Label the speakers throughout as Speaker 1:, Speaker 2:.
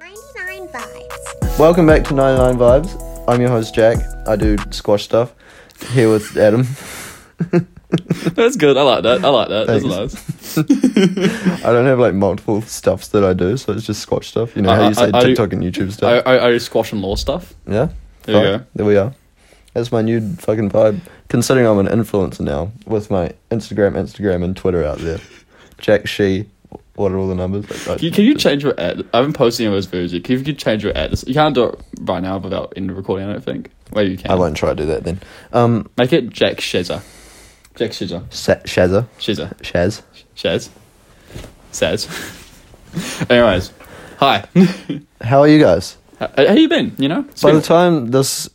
Speaker 1: 99 vibes.
Speaker 2: Welcome back to 99 Vibes. I'm your host, Jack. I do squash stuff. Here with Adam.
Speaker 3: That's good. I like that. I like that. That's
Speaker 2: Thanks.
Speaker 3: nice.
Speaker 2: I don't have like multiple stuffs that I do, so it's just squash stuff. You know how
Speaker 3: I-
Speaker 2: you say
Speaker 3: I- I-
Speaker 2: TikTok and YouTube
Speaker 3: I,
Speaker 2: stuff?
Speaker 3: I, I squash and law stuff.
Speaker 2: yeah?
Speaker 3: There you
Speaker 2: Fuck,
Speaker 3: go.
Speaker 2: There we are. That's my new fucking vibe. Considering I'm an influencer now with my Instagram, Instagram, and Twitter out there. Jack She, what are all the numbers? Like,
Speaker 3: Can you, can you change your ad? I haven't posted any of those videos yet. Can you, can you change your ad? You can't do it right now without in the recording, I don't think. Well, you can.
Speaker 2: I won't try to do that then. Um,
Speaker 3: Make it Jack Shazza. Jack Shazza.
Speaker 2: Sa- Shazza,
Speaker 3: Shazza.
Speaker 2: Shaz.
Speaker 3: Shaz. Says. Anyways. Hi.
Speaker 2: How are you guys?
Speaker 3: how, how you been? You know? It's
Speaker 2: By
Speaker 3: been-
Speaker 2: the time this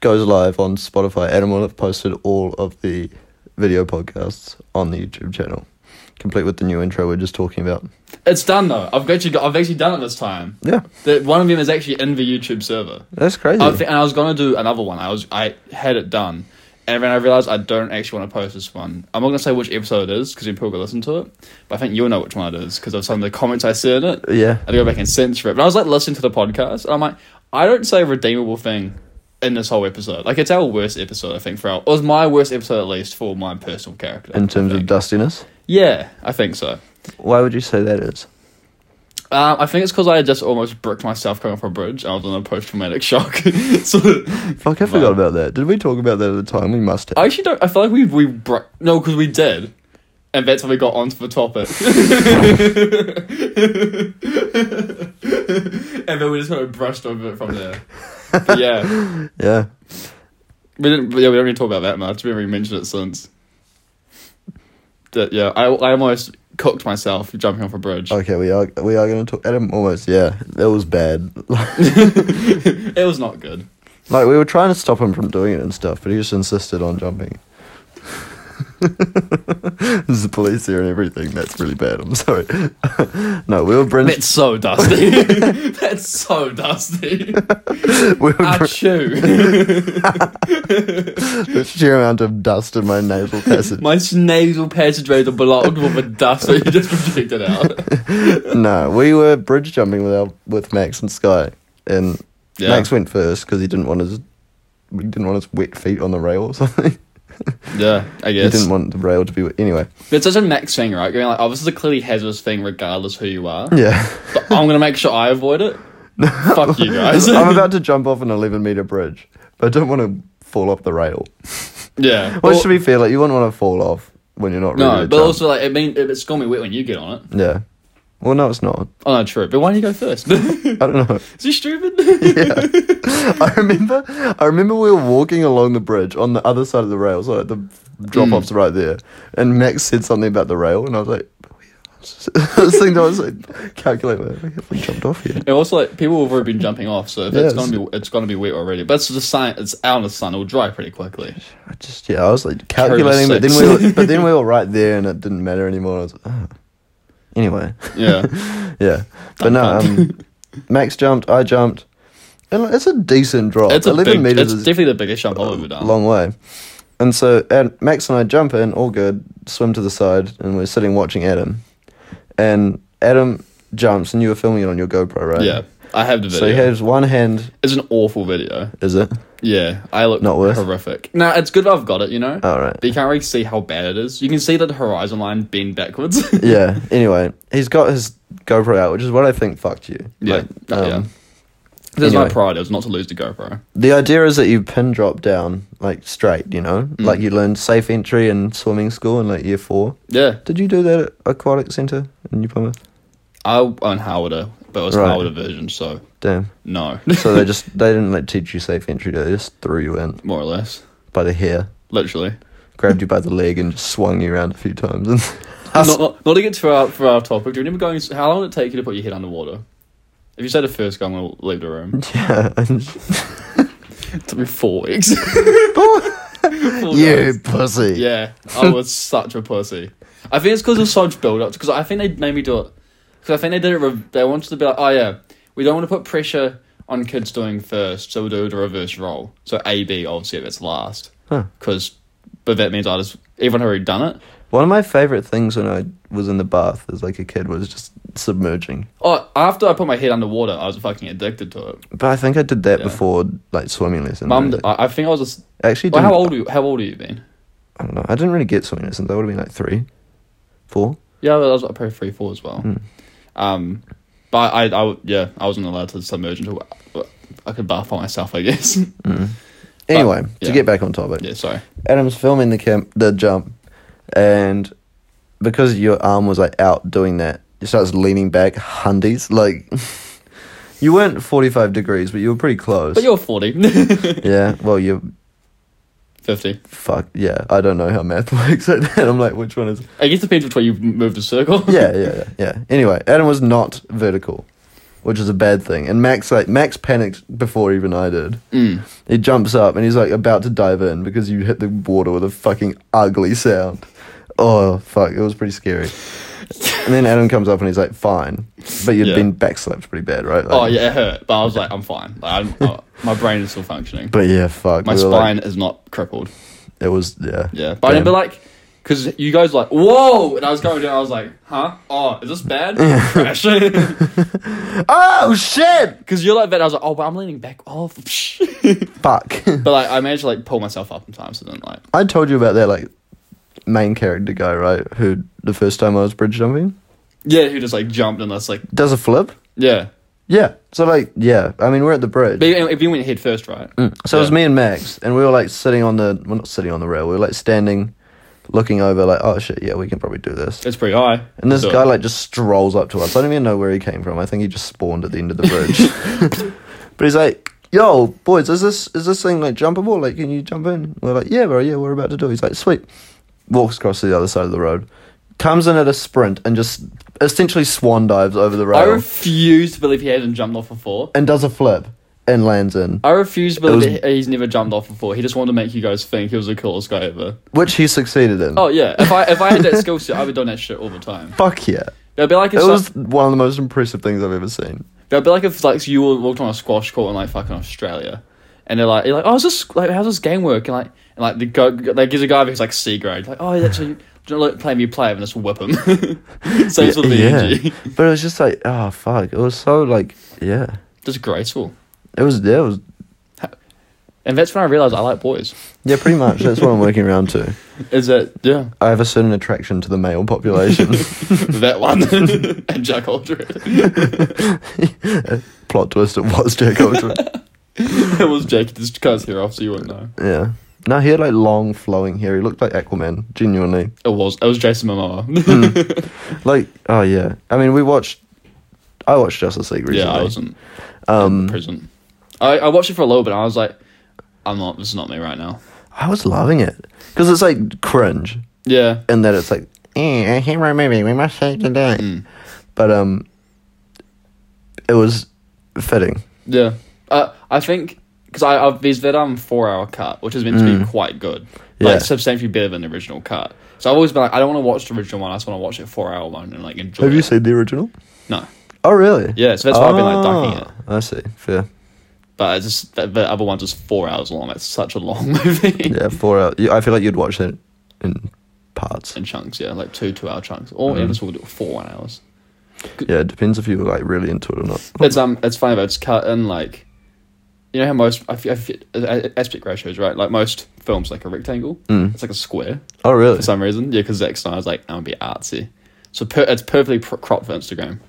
Speaker 2: goes live on Spotify, Adam will have posted all of the video podcasts on the YouTube channel, complete with the new intro we're just talking about.
Speaker 3: it's done though. I've actually got, I've actually done it this time.
Speaker 2: Yeah,
Speaker 3: The, one of them is actually in the YouTube server.
Speaker 2: that's crazy.
Speaker 3: I thi- and I was gonna do another one. I was I had it done, and then I realized I don't actually want to post this one. I'm not gonna say which episode it is because people could listen to it, but I think you'll know which one it is because of some of the comments I see in it.
Speaker 2: yeah,
Speaker 3: I had to go back and censor it. But I was like listening to the podcast, and I'm like, I don't say a redeemable thing in this whole episode. Like it's our worst episode, I think. For our, it was my worst episode at least for my personal character.
Speaker 2: in terms
Speaker 3: I
Speaker 2: of
Speaker 3: think.
Speaker 2: dustiness,
Speaker 3: yeah, I think so.
Speaker 2: why would you say that is?
Speaker 3: Um, I think it's because I just almost bricked myself coming off a bridge. and I was in a post traumatic shock. so
Speaker 2: Fuck, I forgot about that. Did we talk about that at the time? We must have.
Speaker 3: I actually don't. I feel like we we br- no, because we did, and that's how we got onto the topic. and then we just kind of brushed over it from there. But yeah,
Speaker 2: yeah,
Speaker 3: we didn't. Yeah, we don't really talk about that much. We haven't really mentioned it since. That yeah, I I almost cooked myself jumping off a bridge.
Speaker 2: okay, we are we are going to talk. Adam almost, yeah, that was bad.
Speaker 3: It was not good.
Speaker 2: like we were trying to stop him from doing it and stuff, but he just insisted on jumping. There's the police here and everything. That's really bad. I'm sorry. no, we were brain-
Speaker 3: That's so dusty. that's so dusty.
Speaker 2: we were br-
Speaker 3: Achoo.
Speaker 2: the sheer amount of dust in my nasal passage.
Speaker 3: My nasal passage rate is blocked with a dust that you just projected out.
Speaker 2: no, we were bridge jumping with our, with Max and Sky, and
Speaker 3: Yeah.
Speaker 2: Max went first because he didn't want his he didn't want his wet feet on the rail or something.
Speaker 3: Yeah, I
Speaker 2: He
Speaker 3: guess.
Speaker 2: didn't want the rail to be wet. anyway.
Speaker 3: But it's such a max thing, right? Going like, oh, this is a clearly hazardous thing, regardless who you are.
Speaker 2: Yeah,
Speaker 3: But I'm gonna make sure I avoid it. Fuck you guys.
Speaker 2: I'm about to jump off an 11 meter bridge, but I don't want to fall off the rail.
Speaker 3: yeah.
Speaker 2: Which,
Speaker 3: Or-
Speaker 2: to be fair, like you wouldn't want to fall off when you're not ready.
Speaker 3: no,
Speaker 2: to
Speaker 3: but
Speaker 2: jump.
Speaker 3: also like, it mean it's gonna be wet when you get on it.
Speaker 2: yeah. Well, no, it's not.
Speaker 3: Oh no, true. But why don't you go first?
Speaker 2: I
Speaker 3: is
Speaker 2: don't know.
Speaker 3: he stupid?
Speaker 2: I remember, I remember we were walking along the bridge on the other side of the rail, so like the drop off's
Speaker 3: Mm.
Speaker 2: right there. And Max said something about the rail, and I was like, I was thinking, I was like, calculate, like, have we jumped off here?
Speaker 3: and also, like, people have already been jumping off, so if
Speaker 2: Yeah,
Speaker 3: it's
Speaker 2: it's-
Speaker 3: gonna be it's gonna be wet already. But it's the sign. It's out in the sun. It'll dry pretty quickly.
Speaker 2: I just, yeah, I was like calculating, but then we, were, but then we were right there, and it didn't matter anymore. I was like, oh. anyway,
Speaker 3: Yeah.
Speaker 2: yeah, but no, um, Max jumped, I jumped, and like, it's a decent drop.
Speaker 3: It's a
Speaker 2: Eleven
Speaker 3: big.
Speaker 2: meters
Speaker 3: It's
Speaker 2: is
Speaker 3: definitely the biggest jump I've ever done.
Speaker 2: long way. And so and Max and I jump in, all good, swim to the side, and we're sitting watching Adam. And Adam jumps, and you were filming it on your GoPro, right?
Speaker 3: yeah, I have the video.
Speaker 2: So he has one hand.
Speaker 3: it's an awful video.
Speaker 2: Is it?
Speaker 3: Yeah, I look
Speaker 2: Not worth? Oh.
Speaker 3: horrific. No, it's good that I've got it, you know?
Speaker 2: All right.
Speaker 3: But you can't really see how bad it is. You can see that the horizon line bend backwards.
Speaker 2: Yeah. Anyway, he's got his GoPro out, which is what I think fucked you.
Speaker 3: yeah.
Speaker 2: Like,
Speaker 3: no,
Speaker 2: um,
Speaker 3: yeah. This is my
Speaker 2: anyway.
Speaker 3: pride, it was not to lose the GoPro.
Speaker 2: The idea is that you pin drop down like straight, you know,
Speaker 3: Mm.
Speaker 2: like you learned safe entry in swimming school in like year four.
Speaker 3: Yeah.
Speaker 2: Did you do that at Aquatic Centre in New Plymouth?
Speaker 3: I on Howarder, but it was
Speaker 2: Right.
Speaker 3: Howarder version, so
Speaker 2: Damn.
Speaker 3: no.
Speaker 2: So they just they didn't like teach you safe entry. They just threw you in
Speaker 3: More or less.
Speaker 2: by the hair,
Speaker 3: Literally.
Speaker 2: grabbed you by the leg, and just swung you around a few times. And
Speaker 3: Not, not, not to get too far for our topic, do you remember going how long did it take you to put your head underwater? If you say the first go, I'm gonna leave the room.
Speaker 2: yeah, and-
Speaker 3: It took me four weeks. Four
Speaker 2: you
Speaker 3: days.
Speaker 2: pussy.
Speaker 3: Yeah, I was such a pussy. I think it's because of such build up. Because I think they made me do it. Because I think they did it. Re- they wanted to be like, oh yeah, we don't want to put pressure on kids doing first, so we'll do the reverse role. So A B obviously if it's last.
Speaker 2: Huh.
Speaker 3: Because, but that means I just everyone had already done it.
Speaker 2: One of my favorite things when I was in the bath as like a kid was just submerging.
Speaker 3: Oh, after I put my head underwater, I was fucking addicted to it.
Speaker 2: But I think I did that
Speaker 3: Yeah.
Speaker 2: before like swimming lessons.
Speaker 3: Mum,
Speaker 2: really.
Speaker 3: I, I think I was just.
Speaker 2: I actually,
Speaker 3: Well,
Speaker 2: didn't-
Speaker 3: how old are you? How old are you then?
Speaker 2: I don't know. I didn't really get swimming lessons. I would have been like three, four.
Speaker 3: Yeah, I was like probably three, four as well.
Speaker 2: Hmm.
Speaker 3: Um, but I, I, yeah, I wasn't allowed to submerge until I could bath by myself, I guess.
Speaker 2: Hmm. Anyway,
Speaker 3: yeah.
Speaker 2: to get back on topic,
Speaker 3: yeah, sorry.
Speaker 2: Adam's filming the camp, the jump, and because your arm was like out doing that, it starts leaning back, hundies like. You weren't forty five degrees, but you were pretty close.
Speaker 3: But you're forty.
Speaker 2: yeah. Well, you're
Speaker 3: Fifty.
Speaker 2: fuck. Yeah, I don't know how math works like that. I'm like, which one is?
Speaker 3: I guess it depends which way you moved the circle.
Speaker 2: yeah, yeah, yeah, yeah. Anyway, Adam was not vertical, which is a bad thing. And Max, like Max, panicked before even I did.
Speaker 3: Mm.
Speaker 2: He jumps up and he's like about to dive in because you hit the water with a fucking ugly sound. Oh fuck, it was pretty scary. and then Adam comes up and he's like, "Fine," but you had
Speaker 3: Yeah.
Speaker 2: been backslapped pretty bad, right?
Speaker 3: Oh
Speaker 2: Like-
Speaker 3: yeah, it hurt. But I was like, I'm fine. Like, I'm, uh, my brain is still functioning.
Speaker 2: But yeah, fuck.
Speaker 3: my
Speaker 2: we were, like-
Speaker 3: spine is not crippled.
Speaker 2: it was yeah.
Speaker 3: Yeah, but I
Speaker 2: Damn.
Speaker 3: remember like, because you guys were like, whoa, and I was going down. I was like, huh? Oh, is this bad? Crash.
Speaker 2: Oh shit!
Speaker 3: Because you're like that. I was like, oh, but I'm leaning back. Oh, psh.
Speaker 2: Fuck.
Speaker 3: but like, I managed to like pull myself up in time, so then like,
Speaker 2: I told you about that like main character guy, right? Who the first time I was bridge jumping
Speaker 3: yeah, who just like jumped and that's like,
Speaker 2: does a flip.
Speaker 3: yeah.
Speaker 2: Yeah. So like, yeah. I mean, we're at the bridge.
Speaker 3: But you- if you went head first, right?
Speaker 2: Mm. so it was
Speaker 3: yeah.
Speaker 2: me and Max, and we were like sitting on the, well, not sitting on the rail. We were like standing, looking over, like, oh shit, yeah, we can probably do this.
Speaker 3: It's pretty high.
Speaker 2: And this
Speaker 3: So-
Speaker 2: guy like just strolls up to us. I don't even know where he came from. I think he just spawned at the end of the bridge. but he's like, "Yo, boys, is this is this thing like jumpable? Like, can you jump in?" We're like, "Yeah, bro, yeah, we're about to do." it." He's like, "Sweet." Walks across to the other side of the road, comes in at a sprint, and just essentially swan dives over the rail
Speaker 3: I refuse to believe he hasn't jumped off before.
Speaker 2: and does a flip and lands in.
Speaker 3: I refuse to believe
Speaker 2: was-
Speaker 3: that he- he's never jumped off before. He just wanted to make you guys think he was the coolest guy ever.
Speaker 2: which he succeeded in.
Speaker 3: Oh yeah, if I if I had that skill set, I would have done that shit all the time.
Speaker 2: fuck yeah!
Speaker 3: That'd be like if
Speaker 2: It
Speaker 3: some-
Speaker 2: was one of the most impressive things I've ever seen.
Speaker 3: that'd be like if like you all walked on a squash court in like fucking Australia, and they're like, you're like, oh, is this like how's this game work? And like and like the go like gives a guy who's like C grade, like oh that's how you don't let play me play and just whip him. Same sort of energy,
Speaker 2: but it was just like, oh fuck! It was so like, yeah,
Speaker 3: just graceful.
Speaker 2: it was. Yeah, it was.
Speaker 3: And that's when I realized I like boys.
Speaker 2: Yeah, pretty much. That's what I'm working around to.
Speaker 3: Is that yeah
Speaker 2: I have a certain attraction to the male population.
Speaker 3: that one and Jack Aldred?
Speaker 2: Plot twist: It was Jack Aldrin.
Speaker 3: it was Jake just cut his hair off so you wouldn't know.
Speaker 2: yeah. No, he had like long flowing hair. He looked like Aquaman, genuinely.
Speaker 3: It was it was Jason Momoa.
Speaker 2: Like, oh yeah. I mean, we watched. I watched Justice League recently.
Speaker 3: yeah, I wasn't in
Speaker 2: Um,
Speaker 3: prison. I, I watched it for a little bit. and I was like, I'm not. This is not me right now.
Speaker 2: I was loving it because it's like cringe.
Speaker 3: Yeah,
Speaker 2: and then it's like eh, a hero movie we must say today but um it was fitting
Speaker 3: yeah. Uh, I think because I I've, there's that um four hour cut, which is meant to be quite good,
Speaker 2: Mm. Yeah.
Speaker 3: like substantially better than the original cut. So I've always been like, I don't want to watch the original one. I just want to watch the four hour one and like enjoy.
Speaker 2: have you
Speaker 3: it.
Speaker 2: seen the original
Speaker 3: No.
Speaker 2: oh really Ah,
Speaker 3: Yeah, so that's why I've been like ducking it.
Speaker 2: i see fair
Speaker 3: But it's just the, the other one's just four hours long. It's such a long movie.
Speaker 2: yeah four hours i feel like you'd watch it in parts
Speaker 3: In chunks, yeah, like two two hour chunks. Or
Speaker 2: Mm-hmm.
Speaker 3: yeah, this will do four one hours.
Speaker 2: yeah it depends if you were like really into it or not
Speaker 3: It's um, it's funny though. It's cut in like, you know how most I f- I f- uh, aspect ratios, right? Like most films, like a rectangle, it's like a square
Speaker 2: oh really
Speaker 3: for some reason. Yeah, because Zack Snyder's like, I'm gonna be artsy, so per- it's perfectly pr- cropped for Instagram.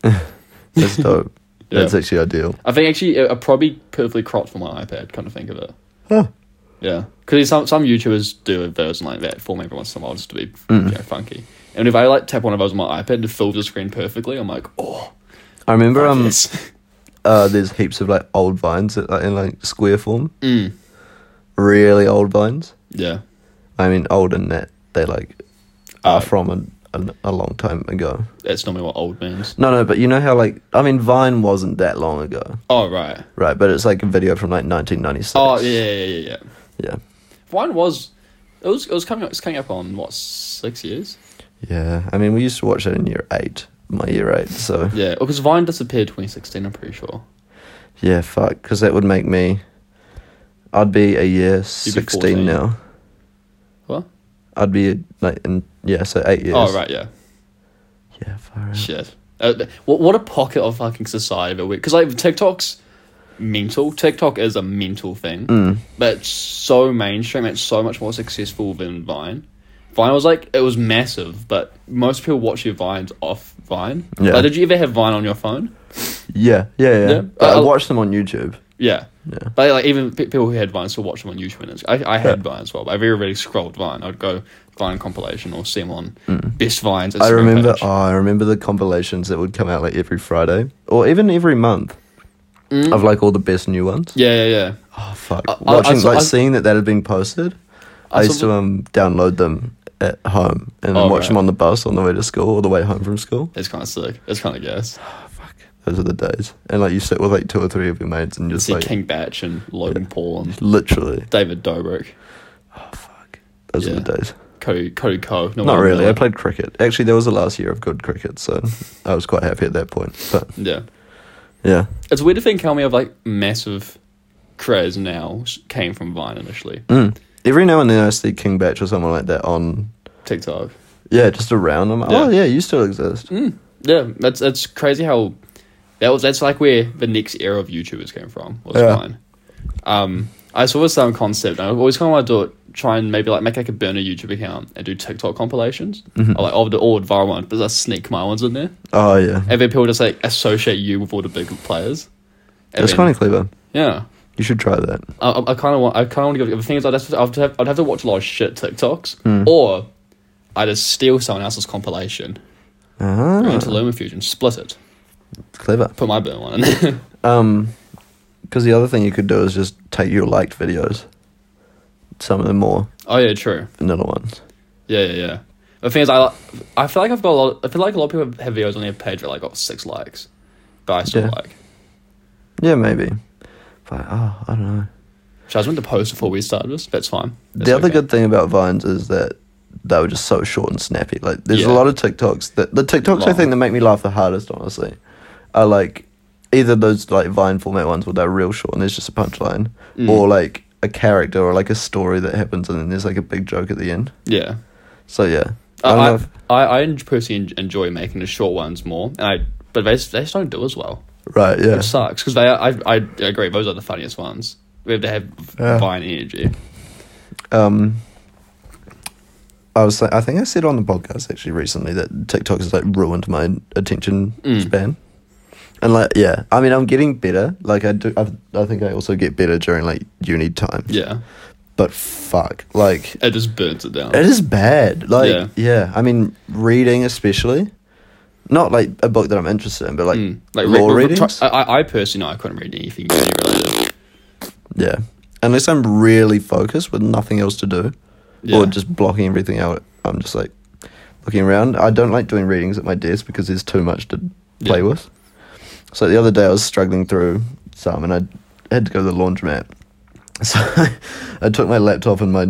Speaker 2: that's dope
Speaker 3: Yeah.
Speaker 2: that's actually ideal
Speaker 3: I think actually, uh, uh, probably perfectly cropped for my iPad. Kind of think of it.
Speaker 2: Huh.
Speaker 3: Yeah, because some some YouTubers do a version like that for me every once in a while just to be you know, funky. And if I like tap one of those on my iPad to fill the screen perfectly, I'm like, oh,
Speaker 2: i remember um
Speaker 3: yes.
Speaker 2: uh there's heaps of like old vines that, like, in like square form
Speaker 3: Mm.
Speaker 2: really old vines
Speaker 3: yeah.
Speaker 2: i mean old in that they like are
Speaker 3: Uh,
Speaker 2: from a, a, a long time ago
Speaker 3: That's normally what old means.
Speaker 2: No, no, but you know how like I mean, Vine wasn't that long ago,
Speaker 3: Oh right.
Speaker 2: right? But it's like a video from like 1996.
Speaker 3: Oh yeah, yeah, yeah, yeah. yeah.
Speaker 2: yeah,
Speaker 3: Vine was it was it was coming up it's coming up on what six years?
Speaker 2: yeah. I mean, we used to watch that in year eight, my year eight. So yeah,
Speaker 3: Yeah, because Vine disappeared 2016. I'm pretty sure.
Speaker 2: fuck, because that would make me. I'd be a year 16
Speaker 3: 14.
Speaker 2: now.
Speaker 3: What?
Speaker 2: I'd be like, in, yeah, so eight years.
Speaker 3: Oh right, yeah.
Speaker 2: Yeah, far out.
Speaker 3: Shit. Uh, what what a pocket of fucking society that we because like TikTok's mental. TikTok is a mental thing,
Speaker 2: Mm.
Speaker 3: but it's so mainstream. It's so much more successful than Vine. Vine was like it was massive, but most people watch your vines off Vine.
Speaker 2: Yeah.
Speaker 3: Like, did you ever have Vine on your phone?
Speaker 2: Yeah, yeah, yeah.
Speaker 3: Yeah. Uh,
Speaker 2: But I
Speaker 3: I'll-
Speaker 2: watched them on YouTube.
Speaker 3: Yeah.
Speaker 2: Yeah.
Speaker 3: But like even pe- people who had Vine still watch them on YouTube. And it's- I I had Vine as well. But I very rarely scrolled Vine. I'd go Vine compilation or see them on best vines.
Speaker 2: Mm. I
Speaker 3: Instagram
Speaker 2: remember.
Speaker 3: page.
Speaker 2: Oh, I remember the compilations that would come out like every Friday or even every month
Speaker 3: Mm.
Speaker 2: of like all the best new ones.
Speaker 3: yeah, yeah, yeah.
Speaker 2: Oh fuck!
Speaker 3: I- I-
Speaker 2: Watching
Speaker 3: I saw-
Speaker 2: like
Speaker 3: I-
Speaker 2: seeing that that had been posted, I,
Speaker 3: I
Speaker 2: used
Speaker 3: saw
Speaker 2: to um download them at home and then
Speaker 3: Oh,
Speaker 2: watch
Speaker 3: right.
Speaker 2: them on the bus on the way to school or the way home from school.
Speaker 3: It's kind of sick. It's kind of gas.
Speaker 2: Those are the days. And like you sit with like two or three of your mates and just
Speaker 3: See
Speaker 2: like
Speaker 3: King Batch and Logan Paul and
Speaker 2: literally.
Speaker 3: David Dobrik,
Speaker 2: Those are
Speaker 3: Yeah.
Speaker 2: the days.
Speaker 3: Cody Cody Co. No,
Speaker 2: Not
Speaker 3: Will
Speaker 2: really. I
Speaker 3: Miller.
Speaker 2: played cricket. Actually, there was the last year of good cricket, so I was quite happy at that point. But
Speaker 3: Yeah,
Speaker 2: yeah,
Speaker 3: it's a weird to think how many of like massive careers now s- came from Vine initially.
Speaker 2: mm. every now and then I see King Batch or someone like that on.
Speaker 3: TikTok.
Speaker 2: Yeah, just around them. Oh
Speaker 3: Yeah. Hmm.
Speaker 2: yeah, you still exist.
Speaker 3: Yeah, that's that's crazy how that was. That's like where the next era of YouTubers came from. Was
Speaker 2: Yeah.
Speaker 3: Vine. Um, I saw this um concept. and I've always kind of wanted to do it, try and maybe like make like a burner YouTube account and do TikTok compilations.
Speaker 2: Mm-hmm.
Speaker 3: Or like all the all viral ones, but I sneak my ones in there.
Speaker 2: Oh yeah,
Speaker 3: And then people just like associate you with all the big players. And
Speaker 2: that's
Speaker 3: then-
Speaker 2: kind of clever.
Speaker 3: yeah.
Speaker 2: You should try that.
Speaker 3: I, I kind of want. I kind of want to give. The thing is, I'd have to, I'd have to, have, I'd have to watch a lot of shit TikToks,
Speaker 2: Hmm.
Speaker 3: or I just steal someone else's compilation, go
Speaker 2: Ah,
Speaker 3: into LumaFusion, split it,
Speaker 2: clever.
Speaker 3: put my burn one in.
Speaker 2: Um, because the other thing you could do is just take your liked videos, some of the more
Speaker 3: oh yeah, true.
Speaker 2: vanilla ones.
Speaker 3: Yeah, yeah, yeah. The thing is, I li- I feel like I've got a lot. I feel like a lot of people have videos on their page that like got six likes, but I still
Speaker 2: Yeah.
Speaker 3: like.
Speaker 2: Yeah, maybe. But oh, I don't know.
Speaker 3: So I was meant to post before we started this. That's fine. That's
Speaker 2: the other
Speaker 3: okay.
Speaker 2: good thing about vines is that they were just so short and snappy. Like there's
Speaker 3: Yeah.
Speaker 2: a lot of TikToks that the TikToks I think
Speaker 3: Long.
Speaker 2: that make me laugh the hardest, honestly, are like either those like vine format ones where they're real short and there's just a punchline,
Speaker 3: Mm.
Speaker 2: or like a character or like a story that happens and then there's like a big joke at the end.
Speaker 3: Yeah.
Speaker 2: So yeah, I don't know.
Speaker 3: Uh, I
Speaker 2: If,
Speaker 3: I, I, en- personally en- enjoy making the short ones more, and I but they just, they just don't do as well.
Speaker 2: right, yeah.
Speaker 3: It sucks because they. Are, I I agree. Those are the funniest ones. We have to have
Speaker 2: Yeah.
Speaker 3: Vine energy.
Speaker 2: um I was saying, I think I said on the podcast actually recently that TikTok has like ruined my attention
Speaker 3: Mm.
Speaker 2: span. And like yeah, I mean I'm getting better. Like I do I've, I think I also get better during like uni time.
Speaker 3: Yeah,
Speaker 2: But fuck, like
Speaker 3: it just burns it down.
Speaker 2: it is bad. Like
Speaker 3: Yeah.
Speaker 2: yeah. I mean reading especially not like a book that I'm interested in, but like,
Speaker 3: Mm. Like
Speaker 2: law
Speaker 3: re- re-
Speaker 2: readings.
Speaker 3: try- I, I- I personally, I couldn't read anything uni related.
Speaker 2: yeah. Unless I'm really focused with nothing else to do.
Speaker 3: Yeah.
Speaker 2: or just blocking everything out. I'm just like looking around. I don't like doing readings at my desk because there's too much to play
Speaker 3: Yeah.
Speaker 2: with. So the other day I was struggling through some and I had to go to the laundromat. So I took my laptop and my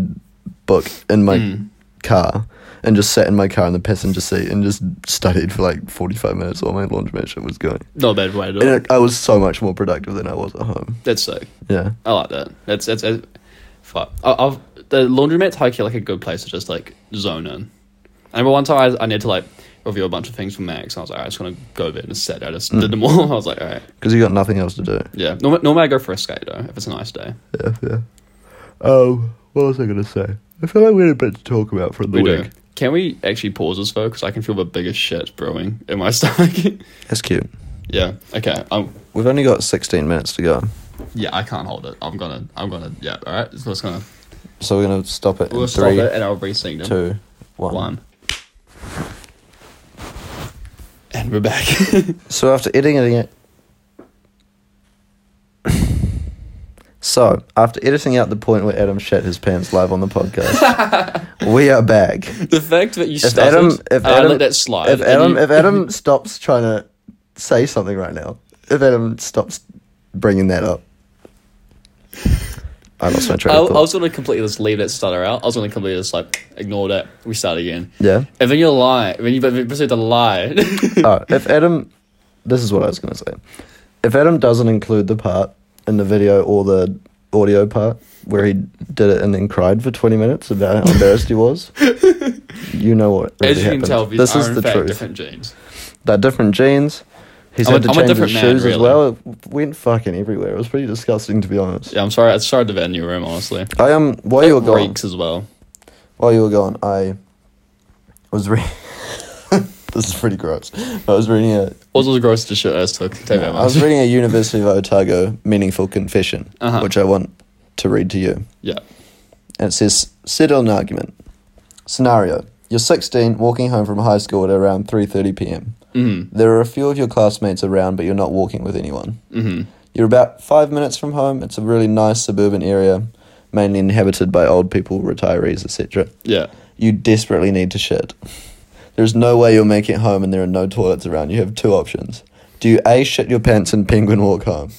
Speaker 2: book in my
Speaker 3: Hmm.
Speaker 2: car and just sat in my car in the passenger seat and just studied for like 45 minutes while my laundromat shit was going.
Speaker 3: Not a bad way to do
Speaker 2: And
Speaker 3: it.
Speaker 2: it, I was so much more productive than I was at home.
Speaker 3: That's sick.
Speaker 2: Yeah.
Speaker 3: I like that. That's that's. that's fuck. I, I've the laundromat's high key like a good place to just like zone in. I remember one time I, I needed to like review a bunch of things for Max, and I was like, "Alright, I just want to go there and just sit. I just
Speaker 2: Hmm.
Speaker 3: did them all. I was like, all right,
Speaker 2: Because you got nothing else to do.
Speaker 3: yeah. Normally, normally I go for a skate though if it's a nice day.
Speaker 2: Yeah, yeah. Um, what was I gonna say? I feel like we had a bit to talk about from the
Speaker 3: We
Speaker 2: week.
Speaker 3: do. Can we actually pause this though? Because I can feel the biggest shit brewing in my stomach.
Speaker 2: That's cute.
Speaker 3: yeah. Okay. I'm.
Speaker 2: We've only got sixteen minutes to go,
Speaker 3: Yeah. I can't hold it. I'm gonna. I'm gonna. Yeah. All right. So it's gonna.
Speaker 2: so we're gonna stop it
Speaker 3: We'll
Speaker 2: in
Speaker 3: stop
Speaker 2: three,
Speaker 3: it and I'll re-sing them.
Speaker 2: two, one.
Speaker 3: One. And we're back.
Speaker 2: So after editing it, so after editing out the point where Adam shat his pants live on the podcast, we are back.
Speaker 3: the fact that you
Speaker 2: If
Speaker 3: stuttered
Speaker 2: Adam, if
Speaker 3: and I
Speaker 2: Adam,
Speaker 3: Ah, let that slide.
Speaker 2: if
Speaker 3: and
Speaker 2: Adam,
Speaker 3: you-
Speaker 2: if Adam stops trying to say something right now, if Adam stops bringing that up, I lost my train
Speaker 3: I, I
Speaker 2: of thought.
Speaker 3: was gonna completely just leave that stutter out. I was gonna completely just like ignore that. We start again.
Speaker 2: yeah.
Speaker 3: And then you lie. When you but then you proceed to lie.
Speaker 2: Oh, if Adam, this is what I was gonna say. If Adam doesn't include the part in the video or the audio part where he did it and then cried for 20 minutes about how embarrassed he was, you know what really
Speaker 3: As you can
Speaker 2: happened.
Speaker 3: tell, these
Speaker 2: this
Speaker 3: are
Speaker 2: is
Speaker 3: in
Speaker 2: the
Speaker 3: fact
Speaker 2: truth.
Speaker 3: different genes.
Speaker 2: They're different genes. He's
Speaker 3: I'm a-
Speaker 2: had to
Speaker 3: I'm a
Speaker 2: change his
Speaker 3: different man,
Speaker 2: shoes as
Speaker 3: really.
Speaker 2: well. It went fucking everywhere. It was pretty disgusting, to be honest.
Speaker 3: Yeah, I'm sorry. I started the venue room honestly.
Speaker 2: I um, while you were
Speaker 3: It
Speaker 2: gone,
Speaker 3: reeks as well.
Speaker 2: while you were gone, I was reading. this is pretty gross. I was reading a
Speaker 3: Also, the grossest shit I just took. Take that
Speaker 2: I was
Speaker 3: much.
Speaker 2: reading a University of Otago meaningful confession,
Speaker 3: Uh-huh.
Speaker 2: which I want to read to you.
Speaker 3: Yeah.
Speaker 2: And it says, settle an argument. Scenario. You're 16, walking home from high school at around 3.30 p.m.
Speaker 3: Mm.
Speaker 2: There are a few of your classmates around, but you're not walking with anyone.
Speaker 3: hmm
Speaker 2: You're about five minutes from home. It's a really nice suburban area, mainly inhabited by old people, retirees, etc.
Speaker 3: Yeah.
Speaker 2: You desperately need to shit. There's no way you'll make it home and there are no toilets around. You have two options. Do you A, shit your pants and penguin walk home?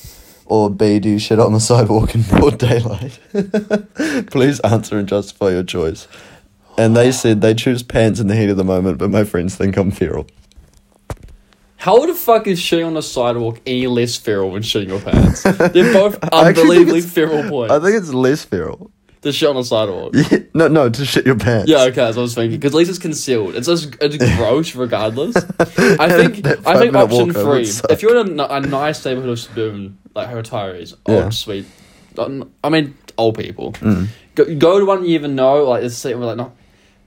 Speaker 2: Or B, do you shit on the sidewalk in broad daylight? Please answer and justify your choice. And they said they choose pants in the heat of the moment, but my friends think I'm feral.
Speaker 3: How the fuck is shitting on the sidewalk any less feral than shitting your pants? They're both
Speaker 2: I actually think
Speaker 3: unbelievably
Speaker 2: it's-
Speaker 3: feral points.
Speaker 2: I think it's less feral.
Speaker 3: the shit on the sidewalk.
Speaker 2: no, no, to shit your pants.
Speaker 3: Yeah, okay, that's what I was thinking. Because at least it's concealed. It's just it's gross regardless. I think
Speaker 2: That
Speaker 3: I think
Speaker 2: five-minute
Speaker 3: option
Speaker 2: walk over
Speaker 3: three.
Speaker 2: would suck.
Speaker 3: If you're in a, n- a nice neighborhood of suburban like retirees,
Speaker 2: Yeah. Mm.
Speaker 3: old oh, sweet, um, I mean old people, go, go to one you even know. Like it's sitting like no,